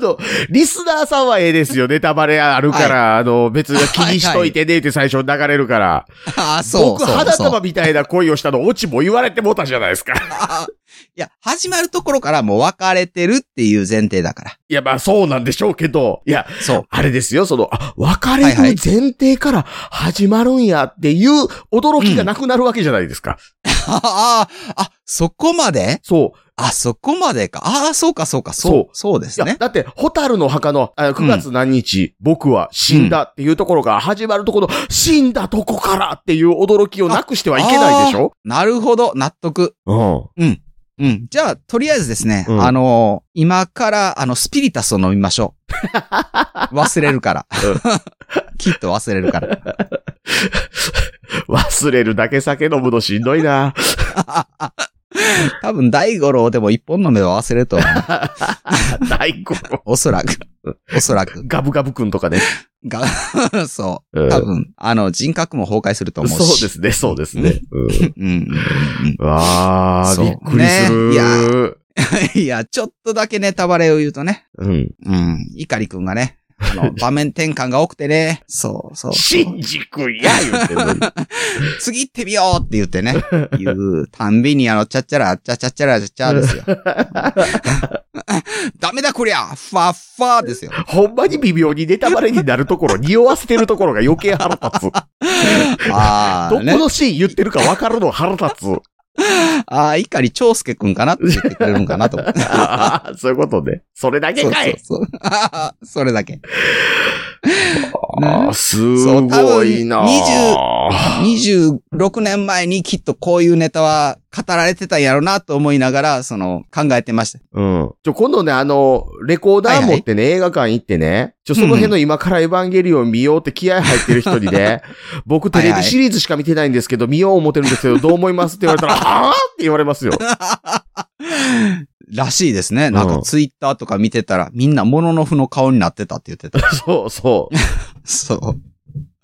Speaker 3: の、リスナーさんはええですよ。ネタバレあるから、あの、別に気にしといてねって最初流れるから。
Speaker 4: ああ、そう。
Speaker 3: 僕、
Speaker 4: そう
Speaker 3: 花
Speaker 4: そう
Speaker 3: 束みたいな恋をしたの、オチも言われてもうたじゃないですか。
Speaker 4: あいや、始まるところからもう分かれてるっていう前提だから。
Speaker 3: いや、まあそうなんでしょうけど、いや、
Speaker 4: そう。
Speaker 3: あれですよ、その、あ、別れる前提から始まるんやっていう驚きがなくなるわけじゃないですか。
Speaker 4: ああ、あ、そこまで
Speaker 3: そう。
Speaker 4: あ、そこまでか。ああ、そうか、そうか、そう。そうで
Speaker 3: い
Speaker 4: す
Speaker 3: や、
Speaker 4: ね。
Speaker 3: だって、ホタルの墓の、あ9月何日、僕は死んだっていうところが始まるところ、死んだとこからっていう驚きをなくしてはいけないでしょ
Speaker 4: なるほど、納得。
Speaker 3: う
Speaker 4: うん。じゃあ、とりあえずですね、
Speaker 3: うん
Speaker 4: あのー今から、あの、スピリタスを飲みましょ
Speaker 3: *laughs*
Speaker 4: う。忘れるから。きっと忘れるから。
Speaker 3: ん。忘れるだけ酒飲むのしんどい
Speaker 4: *laughs*
Speaker 3: な。
Speaker 4: 多分、大五郎でも一本の目は忘れると思う。
Speaker 3: 大根。
Speaker 4: おそらく。おそらく。
Speaker 3: ガブガブくんとかね。
Speaker 4: が、 *laughs* そう。
Speaker 3: うん
Speaker 4: 多分、あの、人格も崩壊すると思うし。
Speaker 3: そうですね、そうですね。うん
Speaker 4: うん。うんうん
Speaker 3: わあ、
Speaker 4: そう
Speaker 3: びっくりする。
Speaker 4: ねいやうん。いや、ちょっとだけネタバレを言うとね。
Speaker 3: うん。
Speaker 4: うん。イカリくんがね、あ
Speaker 3: *laughs*
Speaker 4: の、場面転換が多くてね。そうそう。
Speaker 3: シンジ君や言うてんのに。
Speaker 4: 次行ってみようって言っ
Speaker 3: *laughs*
Speaker 4: てね。言うたんびにあの、ちゃっちゃら、ちゃちゃっちゃら、ちゃっちゃですよ。 *laughs* ダメだこりゃファッファーで
Speaker 3: *laughs*
Speaker 4: すよ。
Speaker 3: ほんまに微妙にネタバレになるとこ
Speaker 4: *laughs*
Speaker 3: ろ、匂わせてるところが余計腹立つ。
Speaker 4: あ
Speaker 3: ど
Speaker 4: あ、
Speaker 3: こ
Speaker 4: ね。
Speaker 3: のシーン言ってるか分かるの腹立つ。
Speaker 4: *laughs* ああ、いかり長介くんかなって言ってくれるんかなと
Speaker 3: *laughs*
Speaker 4: 思って。
Speaker 3: ああそういうことね。それだけ
Speaker 4: そう
Speaker 3: かい
Speaker 4: そうそう。あー *laughs* それだけ。
Speaker 3: あーすごいなあ
Speaker 4: 26年前にきっとこういうネタは語られてたんやろうなと思いながら、その、考えてました。 *laughs*
Speaker 3: うん。ちょ、今度ね、あの、レコーダー持ってね、映画館行ってね、ちょ、その辺の今からエヴァンゲリオン見ようって気合入ってる人に
Speaker 4: *laughs*
Speaker 3: ね、僕テレビシリーズしか見てないんですけど、見よう思ってるんですけど、どう思いますって言われたら、
Speaker 4: *laughs*
Speaker 3: はぁって言われますよ。
Speaker 4: らしいですね。なん
Speaker 3: う
Speaker 4: か
Speaker 3: ん
Speaker 4: ツイッターとか見てたら、みんなモノノフの顔になってたって言ってた。
Speaker 3: そうそ
Speaker 4: そう。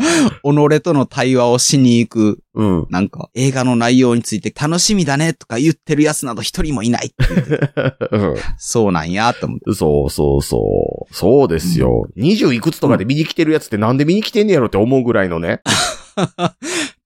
Speaker 4: 己との対話をしに行く、
Speaker 3: う。
Speaker 4: *laughs*
Speaker 3: うん。
Speaker 4: なんか、映画の内容について楽しみだねとか言ってるやつなど一人もいない。
Speaker 3: うん
Speaker 4: そうなんや、と思って。
Speaker 3: そうそうそう。そうですよ。20いくつとかで見に来てるやつってなんで見に来てんねやろって思うぐらいのね。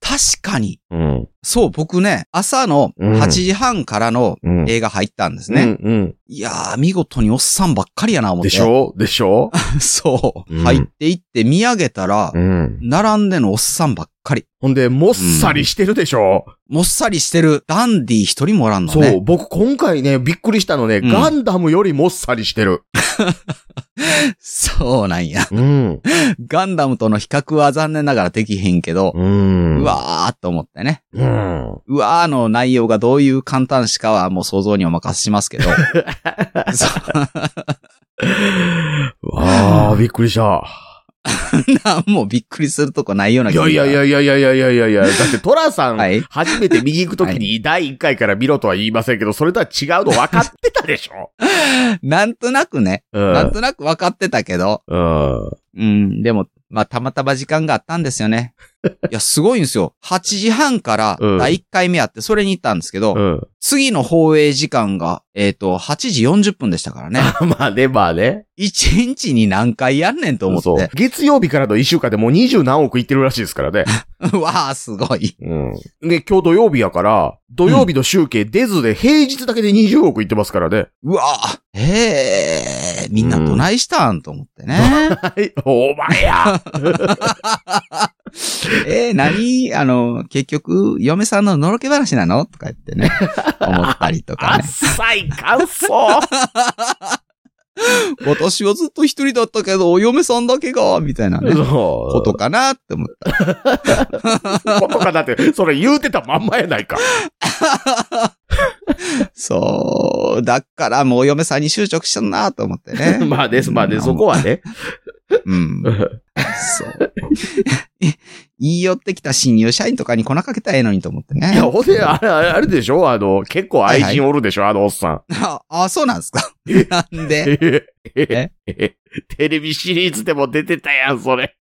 Speaker 4: 確かに。
Speaker 3: うん。
Speaker 4: そう、僕ね、朝の
Speaker 3: うん
Speaker 4: 8時半からの
Speaker 3: うん。
Speaker 4: 映画入ったんです
Speaker 3: う
Speaker 4: ね。
Speaker 3: ん、うん。
Speaker 4: いやー、見事におっさんばっかりやな、思って。
Speaker 3: でしょでしょ
Speaker 4: そう。
Speaker 3: うん
Speaker 4: 入っていって見上げたら、
Speaker 3: ん。
Speaker 4: 並んでのおっさんばっかり。
Speaker 3: ほんで、もっさりしてるでしょ、
Speaker 4: もっさりしてる。ダンディ一人もおらんの
Speaker 3: そう、
Speaker 4: ね。
Speaker 3: 僕今回ね、びっくりしたのね、
Speaker 4: うん
Speaker 3: ガンダムよりもっさりしてる。
Speaker 4: そう。そうなんや。
Speaker 3: うん。
Speaker 4: ガンダムとの比較は残念ながらできへんけど、
Speaker 3: うん
Speaker 4: う。わーっと思ってね。
Speaker 3: うん。
Speaker 4: うわーの内容がどういう簡単しかはもう想像にお任せしま
Speaker 3: *laughs*
Speaker 4: すけど。そう
Speaker 3: ああ、びっくりした。
Speaker 4: なんもうびっくりするとこないようない気が
Speaker 3: やいやいやいやいやいやいやいやいや、だってトラさん、
Speaker 4: はい
Speaker 3: 初めて右行くときに第1回から見ろとは言いませんけど、それとは違うの分かってたでしょ
Speaker 4: なんとなくね、
Speaker 3: うん
Speaker 4: *laughs* なんとなく分かってたけど、
Speaker 3: うん。
Speaker 4: うん、でも、まあ、たまたま時間があったんですよ
Speaker 3: *laughs*
Speaker 4: ね。いや、すごいんですよ。8時半から
Speaker 3: うん
Speaker 4: 第1回目あって、それに行ったんですけど、
Speaker 3: うん。
Speaker 4: 次の放映時間が、えっ、と、8時40分でしたからね。
Speaker 3: *laughs* まあね、まあね。
Speaker 4: 1日に何回やんねんと思っ
Speaker 3: そう
Speaker 4: て。
Speaker 3: 月曜日からの1週間でもう二十何億いってるらしいですからね。
Speaker 4: *laughs* わあ、すごい。
Speaker 3: うん。で、今日土曜日やから、土曜日の集計出ずで平日だけで20億いってますからね。
Speaker 4: うわあ、ええみんなどないしたんと思ってね。
Speaker 3: はい、お前や
Speaker 4: ええ何あの、結局、嫁さんののろけ話なのとか言って *laughs* ね。思ったりとかね。
Speaker 3: 浅い感
Speaker 4: *laughs*
Speaker 3: 想
Speaker 4: 私はずっと一人だったけど、お嫁さんだけが、みたいなね。こ
Speaker 3: こと
Speaker 4: かなって思って。
Speaker 3: とかだって、それ言うてたまんまやないか。
Speaker 4: そう。だからもうお嫁さんに執着したなと思ってね。
Speaker 3: *laughs*
Speaker 4: *laughs*
Speaker 3: まあです、まあで
Speaker 4: うん
Speaker 3: す、そこはね。
Speaker 4: うん。そう。 *laughs* 言い寄ってきた新入社員とかに粉かけたらええのにと思ってね。
Speaker 3: いや、ほんで、あれ、あれあれでしょあの、結構愛人おるでしょあのおっさん。
Speaker 4: あ、あそうなんですか。なんで
Speaker 3: *laughs* え
Speaker 4: え
Speaker 3: えテレビシリーズでも出てたやん、それ。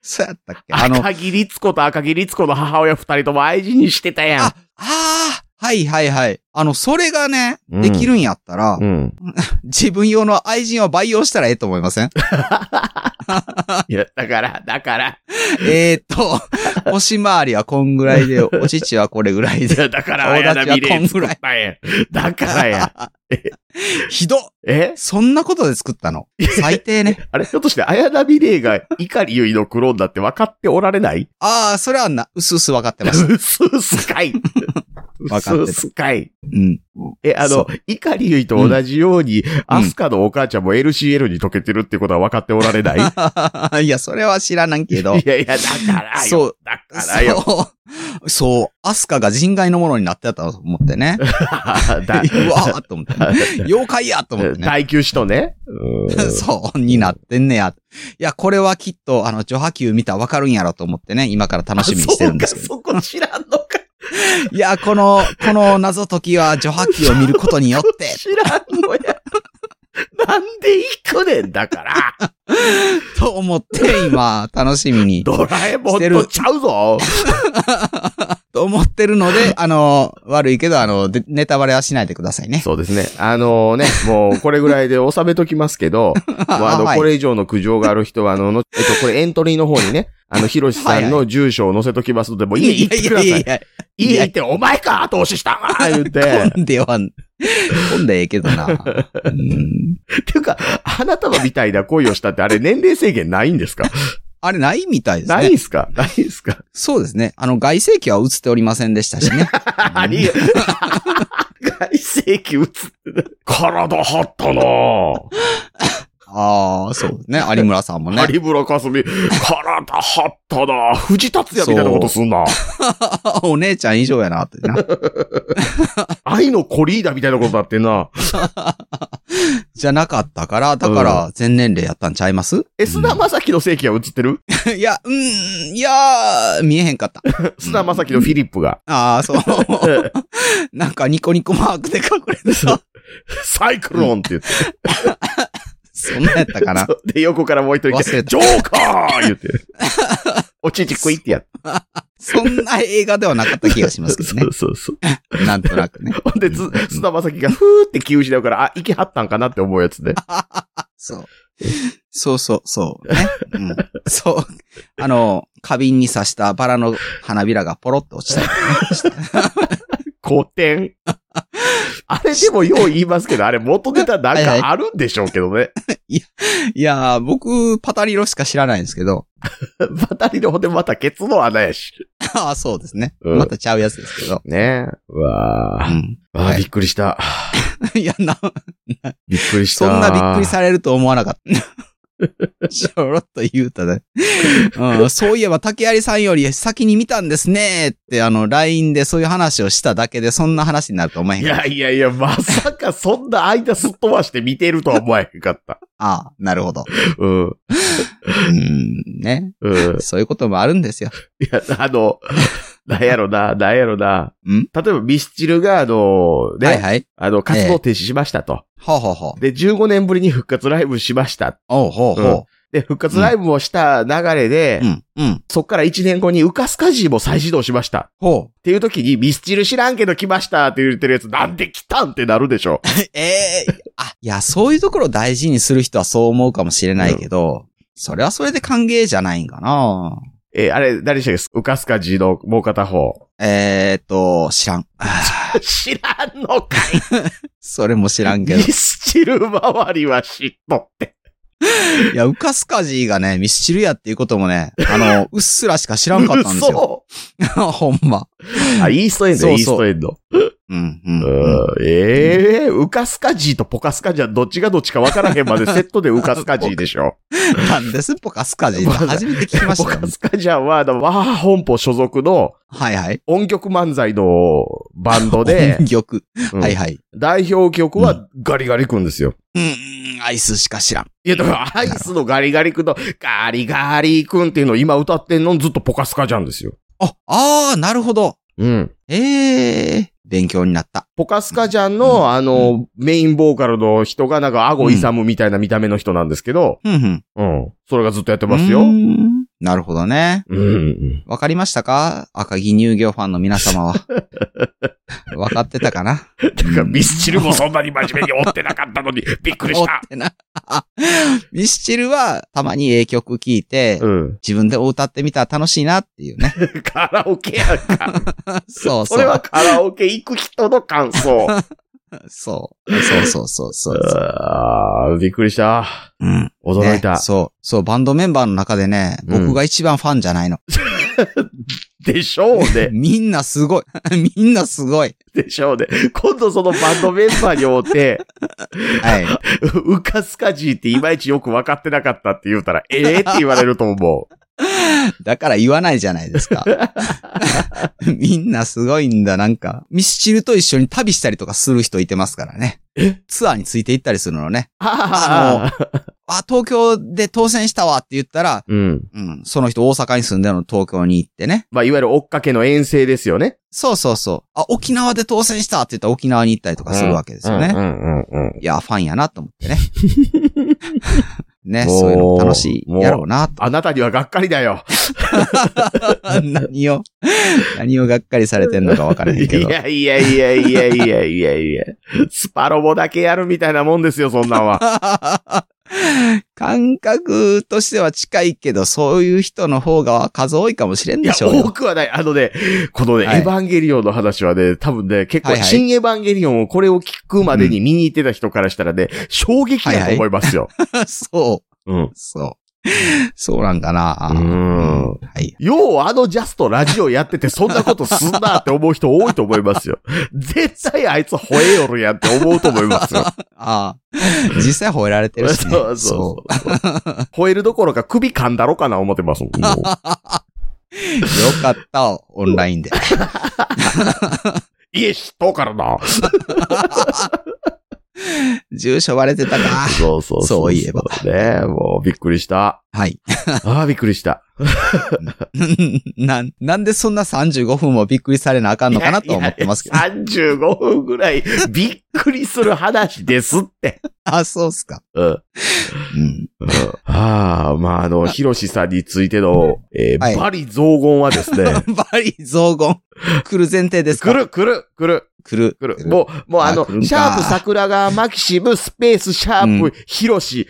Speaker 4: そうやったっけあの、あ
Speaker 3: 赤木律子と赤木律子の母親二人とも愛人にしてたやん。
Speaker 4: あー、はいはいはい。あの、それがね、
Speaker 3: うん
Speaker 4: できるんやったら、
Speaker 3: うん。
Speaker 4: 自分用の愛人を培養したらええと思いま
Speaker 3: *laughs*
Speaker 4: せん
Speaker 3: いや、だから、だから、
Speaker 4: えーっと、腰回りはこんぐら
Speaker 3: *laughs*
Speaker 4: いで、お乳はこれぐらい
Speaker 3: い
Speaker 4: で、
Speaker 3: や、だから、
Speaker 4: 友
Speaker 3: 綾
Speaker 4: 達は
Speaker 3: 波レ
Speaker 4: こん
Speaker 3: イ
Speaker 4: ぐ
Speaker 3: 作
Speaker 4: ら
Speaker 3: っ
Speaker 4: い。
Speaker 3: たんや。だから *laughs* や。
Speaker 4: ひどっ
Speaker 3: え
Speaker 4: そんなことで作ったの最低ね。
Speaker 3: あれ、ひょっとして、綾波レイが怒りゆいのクローンだって分かっておられ *laughs* ない
Speaker 4: ああ、それはな、うすうす分かってました。
Speaker 3: うすうすかい。う
Speaker 4: かってた
Speaker 3: すうすかい。
Speaker 4: うん。
Speaker 3: え、あ
Speaker 4: そ
Speaker 3: の、怒りゆいと同じように、ア
Speaker 4: ん
Speaker 3: スカのお母ちゃんも LCL に溶けてるってことは分かっておられない
Speaker 4: いや、それは知らない *laughs* けど。
Speaker 3: いやいや、だからよ。
Speaker 4: そう
Speaker 3: だからよ。
Speaker 4: そう。そう。アスカが人外のものになってたと思っ
Speaker 3: *laughs*
Speaker 4: てね。うわ
Speaker 3: だ
Speaker 4: ーと思って。
Speaker 3: *laughs*
Speaker 4: 妖怪やと思ってね。
Speaker 3: 耐久しとね。うん
Speaker 4: *laughs* そう、になってんねや。いや、これはきっと、あの、女波球見たらわかるんやろと思ってね、今から楽しみにしてるんですけど。
Speaker 3: そうか、そこ知らんのか。 *laughs*
Speaker 4: いや、この、この謎解きは女波球を見ることによって、 *laughs*
Speaker 3: 知らんのや。なんで行くねんだ *laughs* から。
Speaker 4: と思って、今、楽しみに、
Speaker 3: ドラえもんとちゃうぞ。
Speaker 4: と思ってるので、あの、悪いけど、あの、でネタバレはしないでくださいね。
Speaker 3: *laughs* そうですね。あのね、もうこれぐらいで収めときますけ *laughs* ど、もうあの、
Speaker 4: はい
Speaker 3: これ以上の苦情がある人は、あ *laughs* の、のえっと、これエントリーの方にね、あの、ひろしさんの住所を載せときますので、もう家行ってください。
Speaker 4: や、
Speaker 3: 家行って、お前か後押ししたん *laughs* わ言うて。
Speaker 4: 混んでは、混んでええけど
Speaker 3: *laughs*
Speaker 4: な。う
Speaker 3: っ
Speaker 4: ん
Speaker 3: ていうか、花束みたいな恋をしたって、あれ年齢制限ないんですか
Speaker 4: あれないみたいです
Speaker 3: ない
Speaker 4: ね。
Speaker 3: んすかないんすか
Speaker 4: そうですね。あの、外世紀は映っておりませんでしたしね。
Speaker 3: *laughs* ありえ。外世紀打つ。体張ったなぁ。
Speaker 4: ああ、そうですね。有村さんもね。
Speaker 3: 有村架純、体張ったなぁ。藤達也みたいなことすんな。
Speaker 4: *laughs* お姉ちゃん以上やな、って
Speaker 3: *laughs*
Speaker 4: な。
Speaker 3: 愛のコリーダみたいなことだってな。
Speaker 4: じゃなかったから、だから、全年齢やったんちゃいます *laughs*
Speaker 3: え、菅田将暉の世紀は映ってる
Speaker 4: いや、うん、いやー、見えへんかった。
Speaker 3: 菅田将暉のフィリップが。
Speaker 4: ああ、そう。
Speaker 3: *laughs*
Speaker 4: なんか、ニコニコマークで隠れてた。
Speaker 3: サイクロンって言って。
Speaker 4: そんなんやったかな。
Speaker 3: そうで、横からもう一人来
Speaker 4: 忘れ
Speaker 3: て、
Speaker 4: た
Speaker 3: ジョーカー言って。おちち食いってやって。
Speaker 4: そんな映画ではなかった気がしますけどね
Speaker 3: そ。うそう *laughs* そう。
Speaker 4: なんとなくね。
Speaker 3: ほんで、つ、須田正樹がふーって気を失うから、あ、息張ったんかなって思うやつで。
Speaker 4: そう。そうそう、そう。ね。うん。そう。あの、花瓶に刺したバラの花びらがポロッと落ちたりとかして。
Speaker 3: 古
Speaker 4: *laughs*
Speaker 3: 典。あれでもよう言いますけど、あれ元ネタなんかあるんでしょうけどね。 *laughs*
Speaker 4: いやー、僕、パタリロしか知らないんですけど。
Speaker 3: バタリのほんでまたケツの穴やし。
Speaker 4: ああ、そうですね。
Speaker 3: うん
Speaker 4: またちゃうやつですけど。
Speaker 3: ねえ。うわ
Speaker 4: う
Speaker 3: あ、
Speaker 4: ん。
Speaker 3: あーびっくりした。
Speaker 4: *laughs* いや、な、
Speaker 3: びっくりした。
Speaker 4: そんなびっくりされると思わなか
Speaker 3: *laughs*
Speaker 4: った。ちょろっと言うたね。うん、そういえば、竹有さんより先に見たんですねって、あの、LINE でそういう話をしただけで、そんな話になると思えへん
Speaker 3: い
Speaker 4: かった。
Speaker 3: やいやいや、まさかそんな間すっ飛ばして見てるとは思えへんかった。
Speaker 4: ああ、なるほど。
Speaker 3: うん。
Speaker 4: うん、ね。
Speaker 3: うん。
Speaker 4: そういうこともあるんですよ。
Speaker 3: いや、あの、なんやろな、なんやろな。
Speaker 4: ん
Speaker 3: 例えば、ミスチルが、あの、ね、
Speaker 4: はいはい。
Speaker 3: あの、活動停止しましたと。
Speaker 4: ほうほうほう。
Speaker 3: で、15年ぶりに復活ライブしました。
Speaker 4: おうほうほ
Speaker 3: で、復活ライブをした流れで、
Speaker 4: う。うん、うん。
Speaker 3: そっから1年後にウカスカジーも再始動しました。
Speaker 4: ほ
Speaker 3: っていう時に、ミスチル知らんけど来ましたって言ってるやつ、なんで来たんってなるでしょ。
Speaker 4: う。ええあ、いや、そういうところ大事にする人はそう思うかもしれないけど、それはそれで歓迎じゃないんかな。
Speaker 3: えーあれ、誰でしたっけウカスカジーのもう片方。 *laughs*
Speaker 4: えーっと、知らん。あー
Speaker 3: 知らんのか
Speaker 4: それも知らんけ
Speaker 3: ミ *laughs*
Speaker 4: ど。
Speaker 3: スチル周りは知っとって。
Speaker 4: いや、ウカスカジーがね、ミスチルやっていうこともね、あの、うっすらしか知らんかったんですよ。
Speaker 3: 嘘
Speaker 4: *laughs* ほんま。
Speaker 3: あ、イーストエンド、
Speaker 4: そうそう
Speaker 3: イーストエンド。
Speaker 4: うん、うん。うん
Speaker 3: うんええウカスカジーとポカスカジーはどっちがどっちかわからへんまでセットでウカスカジーでしょ。
Speaker 4: なんですポカスカジーって初めて聞きま
Speaker 3: ポ
Speaker 4: したよ
Speaker 3: カ。スカジャーは、あの、ワー本舗所属の
Speaker 4: はいはい。
Speaker 3: 音曲漫才のバンドで、 *laughs*
Speaker 4: 本曲。
Speaker 3: うん
Speaker 4: はいはい。
Speaker 3: 代表曲はガリガリ君ですよ。
Speaker 4: うん、うんアイスしか知らん。
Speaker 3: いや、だ *laughs* から、アイスのガリガリ君と、ガリガリ君っていうのを今歌ってんのずっとポカスカジャンですよ。
Speaker 4: あ、あー、なるほど。
Speaker 3: うん。
Speaker 4: ええ勉強になった。
Speaker 3: ポカスカジャンの、あの、メインボーカルの人が、なんか、アゴイサムみたいな見た目の人なんですけど、
Speaker 4: うん、うん。
Speaker 3: うん。それがずっとやってますよ。
Speaker 4: うーんなるほどね。
Speaker 3: うん。 *laughs*
Speaker 4: わかりましたか赤木乳業ファンの皆様は。分かってたかな。
Speaker 3: だからミスチルもそんなに真面目に追ってなかったの *laughs* に、びっくりし。
Speaker 4: 思ったてな。 *laughs* ミスチルは、たまにええ曲聴いて、
Speaker 3: うん。
Speaker 4: 自分でお歌ってみたら楽しいなっていう
Speaker 3: *laughs*
Speaker 4: ね。
Speaker 3: カラオケやんか。
Speaker 4: そ
Speaker 3: そ
Speaker 4: うそう。
Speaker 3: れはカラオケ行く人の感想。
Speaker 4: そう。そうそうそうそうそう。
Speaker 3: あーびっくりした。
Speaker 4: うん。
Speaker 3: 驚いた。
Speaker 4: ねそう。そう、バンドメンバーの中でね、
Speaker 3: うん
Speaker 4: 僕が一番ファンじゃないの。
Speaker 3: でしょう
Speaker 4: *laughs*
Speaker 3: ね。
Speaker 4: みんなすごい。みんなすごい。
Speaker 3: でしょうね。今度そのバンドメンバーに会うて、 *laughs*
Speaker 4: はい。
Speaker 3: うかすかじいっていまいちよく分かってなかったって言うたら、ええって言われると
Speaker 4: *laughs*
Speaker 3: 思う。
Speaker 4: だから言わないじゃないです
Speaker 3: *laughs*
Speaker 4: か。みんなすごいんだ、なんか。ミスチルと一緒に旅したりとかする人いてますからね。ツアーについて行ったりするのね。
Speaker 3: ああ。
Speaker 4: あ、東京で当選したわって言ったら、
Speaker 3: うん。
Speaker 4: うん、その人大阪に住んでるの東京に行ってね。
Speaker 3: まあ、いわゆる追っかけの遠征ですよね。
Speaker 4: そうそうそう。あ、沖縄で当選したって言ったら沖縄に行ったりとかするわけですよね。
Speaker 3: うんうんうんうん。
Speaker 4: いや、ファンやなと思っ
Speaker 3: *laughs*
Speaker 4: てね。ね、
Speaker 3: もう
Speaker 4: そういうのも楽しいやろうなと。
Speaker 3: あなたにはがっかりだよ。
Speaker 4: 何を、何をがっかりされてんのか分からへんけ
Speaker 3: い
Speaker 4: ど。
Speaker 3: やいやいやいやいやいやいや。スパロボだけやるみたいなもんですよ、そんなんは。
Speaker 4: 感覚としては近いけど、そういう人の方が数多いかもしれん
Speaker 3: い
Speaker 4: で
Speaker 3: や、
Speaker 4: しょう
Speaker 3: 多
Speaker 4: よ。
Speaker 3: くはない。あのね、このね、
Speaker 4: はい
Speaker 3: エヴァンゲリオンの話はね、多分ね、結構、
Speaker 4: はいはい
Speaker 3: 新エヴァンゲリオンをこれを聞くまでに見に行ってた人からしたらね、衝撃だと思いますよ。
Speaker 4: そう、
Speaker 3: うん。
Speaker 4: そう。そうなんかな。
Speaker 3: うーん
Speaker 4: はい。
Speaker 3: よう、あのジャストラジオやってて、そんなことすんなって思う人多いと思いますよ。
Speaker 4: *laughs*
Speaker 3: 絶対あいつ吠えよるやんって思うと思いますよ。
Speaker 4: ああ。実際吠えられてるし、
Speaker 3: *laughs* そ
Speaker 4: ね。
Speaker 3: うそうそう。吠えるどころか首噛んだろかな思ってますも
Speaker 4: *laughs*
Speaker 3: ん。もう
Speaker 4: そうよかった、オンラインで。
Speaker 3: 家知っとうからな。
Speaker 4: 住所割れてたか。
Speaker 3: そうそう
Speaker 4: そういえば。
Speaker 3: ねもうびっくりした。
Speaker 4: はい。 *laughs*
Speaker 3: ああ、びっくりした。
Speaker 4: なん、なんでそんな35分もびっくりされなあかんのかなと思ってますけど。
Speaker 3: いやいや35分ぐらい、びっくりする話ですって。 *laughs*
Speaker 4: あ、そうっすか。
Speaker 3: うん。
Speaker 4: うん。
Speaker 3: ああ、まあ、あの、ヒロシさんについての、えー
Speaker 4: はい
Speaker 3: バリ雑言はですね、
Speaker 4: バリ雑言。来る前提ですか
Speaker 3: くるくるくる
Speaker 4: 来る。
Speaker 3: くる。もう、もうあの
Speaker 4: あ来るん、か
Speaker 3: シャープ桜川マキシム、スペースシャー
Speaker 4: う
Speaker 3: プ、ヒロシ。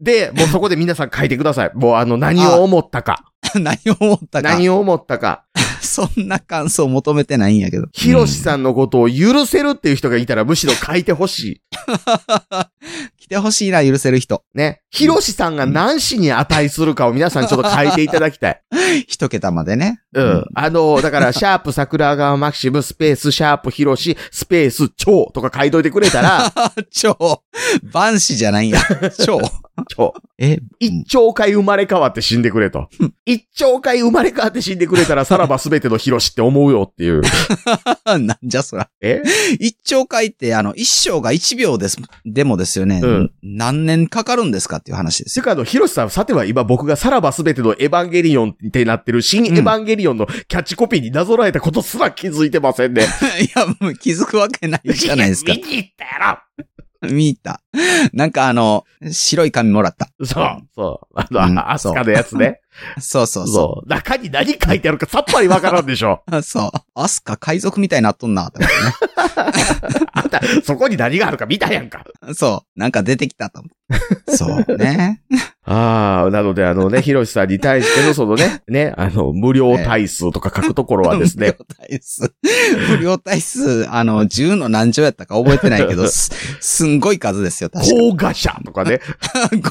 Speaker 3: で、もうそこで皆さん書いてください。もうあの、何を思ったか。
Speaker 4: *laughs* 何を思ったか。
Speaker 3: 何を思ったか。
Speaker 4: そんな感想求めてないんやけど。
Speaker 3: ヒロシさんのことを許せるっていう人がいたらむしろ書いてほし
Speaker 4: うん。来てほしいな、許せる人。
Speaker 3: い。ね。ヒロシさんが何死に値するかを皆さんちょっと書いていただきたい。
Speaker 4: 一桁までね。
Speaker 3: うん。あの、だから、シャープ桜川マキシム、スペース、シャープヒロシ、スペース、超とか書いといてくれた
Speaker 4: *laughs*
Speaker 3: ら、
Speaker 4: 超。万死じゃないんや。超。
Speaker 3: *laughs* 超。
Speaker 4: え、
Speaker 3: 一兆回生まれ変わって死んでくれと。一兆回生まれ変わって死んでくれたら、さらばすべてのヒロシって思うよって
Speaker 4: *laughs*
Speaker 3: いう。
Speaker 4: *laughs* なんじゃそら。
Speaker 3: え
Speaker 4: 一兆回って、あの、一生が一秒です。でもですよね。
Speaker 3: うん
Speaker 4: 何年かかるんですかっていう話です
Speaker 3: て
Speaker 4: *laughs* よ。
Speaker 3: か、あの、ヒロシさん、さては今僕がさらばすべてのエヴァンゲリオンってなってる、新エヴァンゲリオンのキャッチコピーになぞらえたことすら気づいてませんね。
Speaker 4: いや、もう気づくわけないじゃ *laughs* ないです
Speaker 3: *laughs*
Speaker 4: か
Speaker 3: 見。に行ったや
Speaker 4: 見た。なんかあの、白い紙もらった。
Speaker 3: ろそう、そう。あ
Speaker 4: うん
Speaker 3: の、アスカのやつね。
Speaker 4: そうそうそ
Speaker 3: そう。中に何書いてあるかさっぱりわからんでしょ。
Speaker 4: う。そう。アスカ海賊みたいになっとんな、と思って
Speaker 3: *laughs* あんた、そこに何があるか見たやんか。
Speaker 4: *laughs* ね。そう。なんか出てきたと思って。そう *laughs* ね。
Speaker 3: ああ、なので、あの *laughs* ね、ヒロシさんに対しての、そのね、ね、あの、無料体数とか書くところはですね、
Speaker 4: 不良体数。不良体数、あの、10の何乗やったか覚えてないけ *laughs* ど、す、すんごい数ですよ、確か
Speaker 3: 高画者とか *laughs* ね、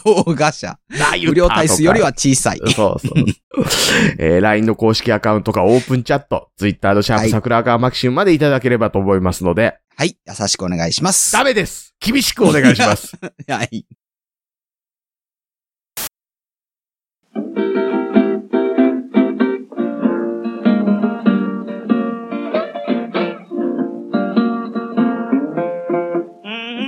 Speaker 4: 豪華者。
Speaker 3: ライ
Speaker 4: 不良体数よりは小さい。
Speaker 3: そうそう。 *laughs* えー LINE の公式アカウントかオープンチャット、Twitter のシャー
Speaker 4: は
Speaker 3: プ
Speaker 4: い
Speaker 3: 桜川マキシムまでいただければと思いますので、
Speaker 4: はい。優しくお願いします。
Speaker 3: ダメです厳しくお願いします。
Speaker 4: *laughs* はい。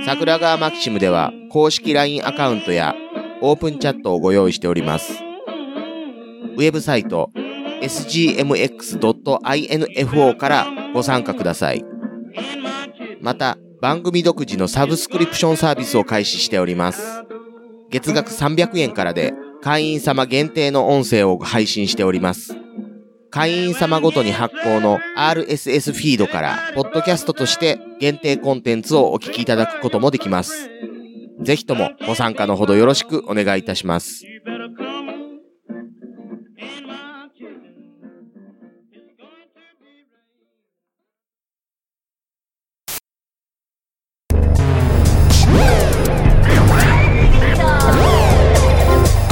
Speaker 3: 桜川マキシムでは公式 LINE アカウントやオープンチャットをご用意しております。ウェブサイト sgmx.info からご参加ください。また、番組独自のサブスクリプションサービスを開始しております。月額300円からで会員様限定の音声を配信しております。会員様ごとに発行の RSS フィードから、ポッドキャストとして限定コンテンツをお聞きいただくこともできます。ぜひともご参加のほどよろしくお願いいたします。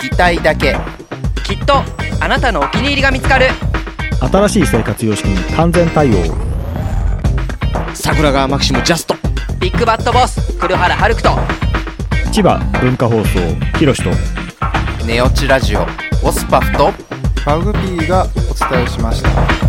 Speaker 5: 聞きたいだけ
Speaker 6: きっとあなたのお気に入りが見つかる
Speaker 7: 新しい生活様式に完全対応。
Speaker 3: 桜川マキシムジャスト。
Speaker 6: ビッグバットボス黒原遥人
Speaker 7: 千葉文化放送、ひろしと。
Speaker 5: ネオチラジオオスパフと
Speaker 8: マグピーがお伝えしました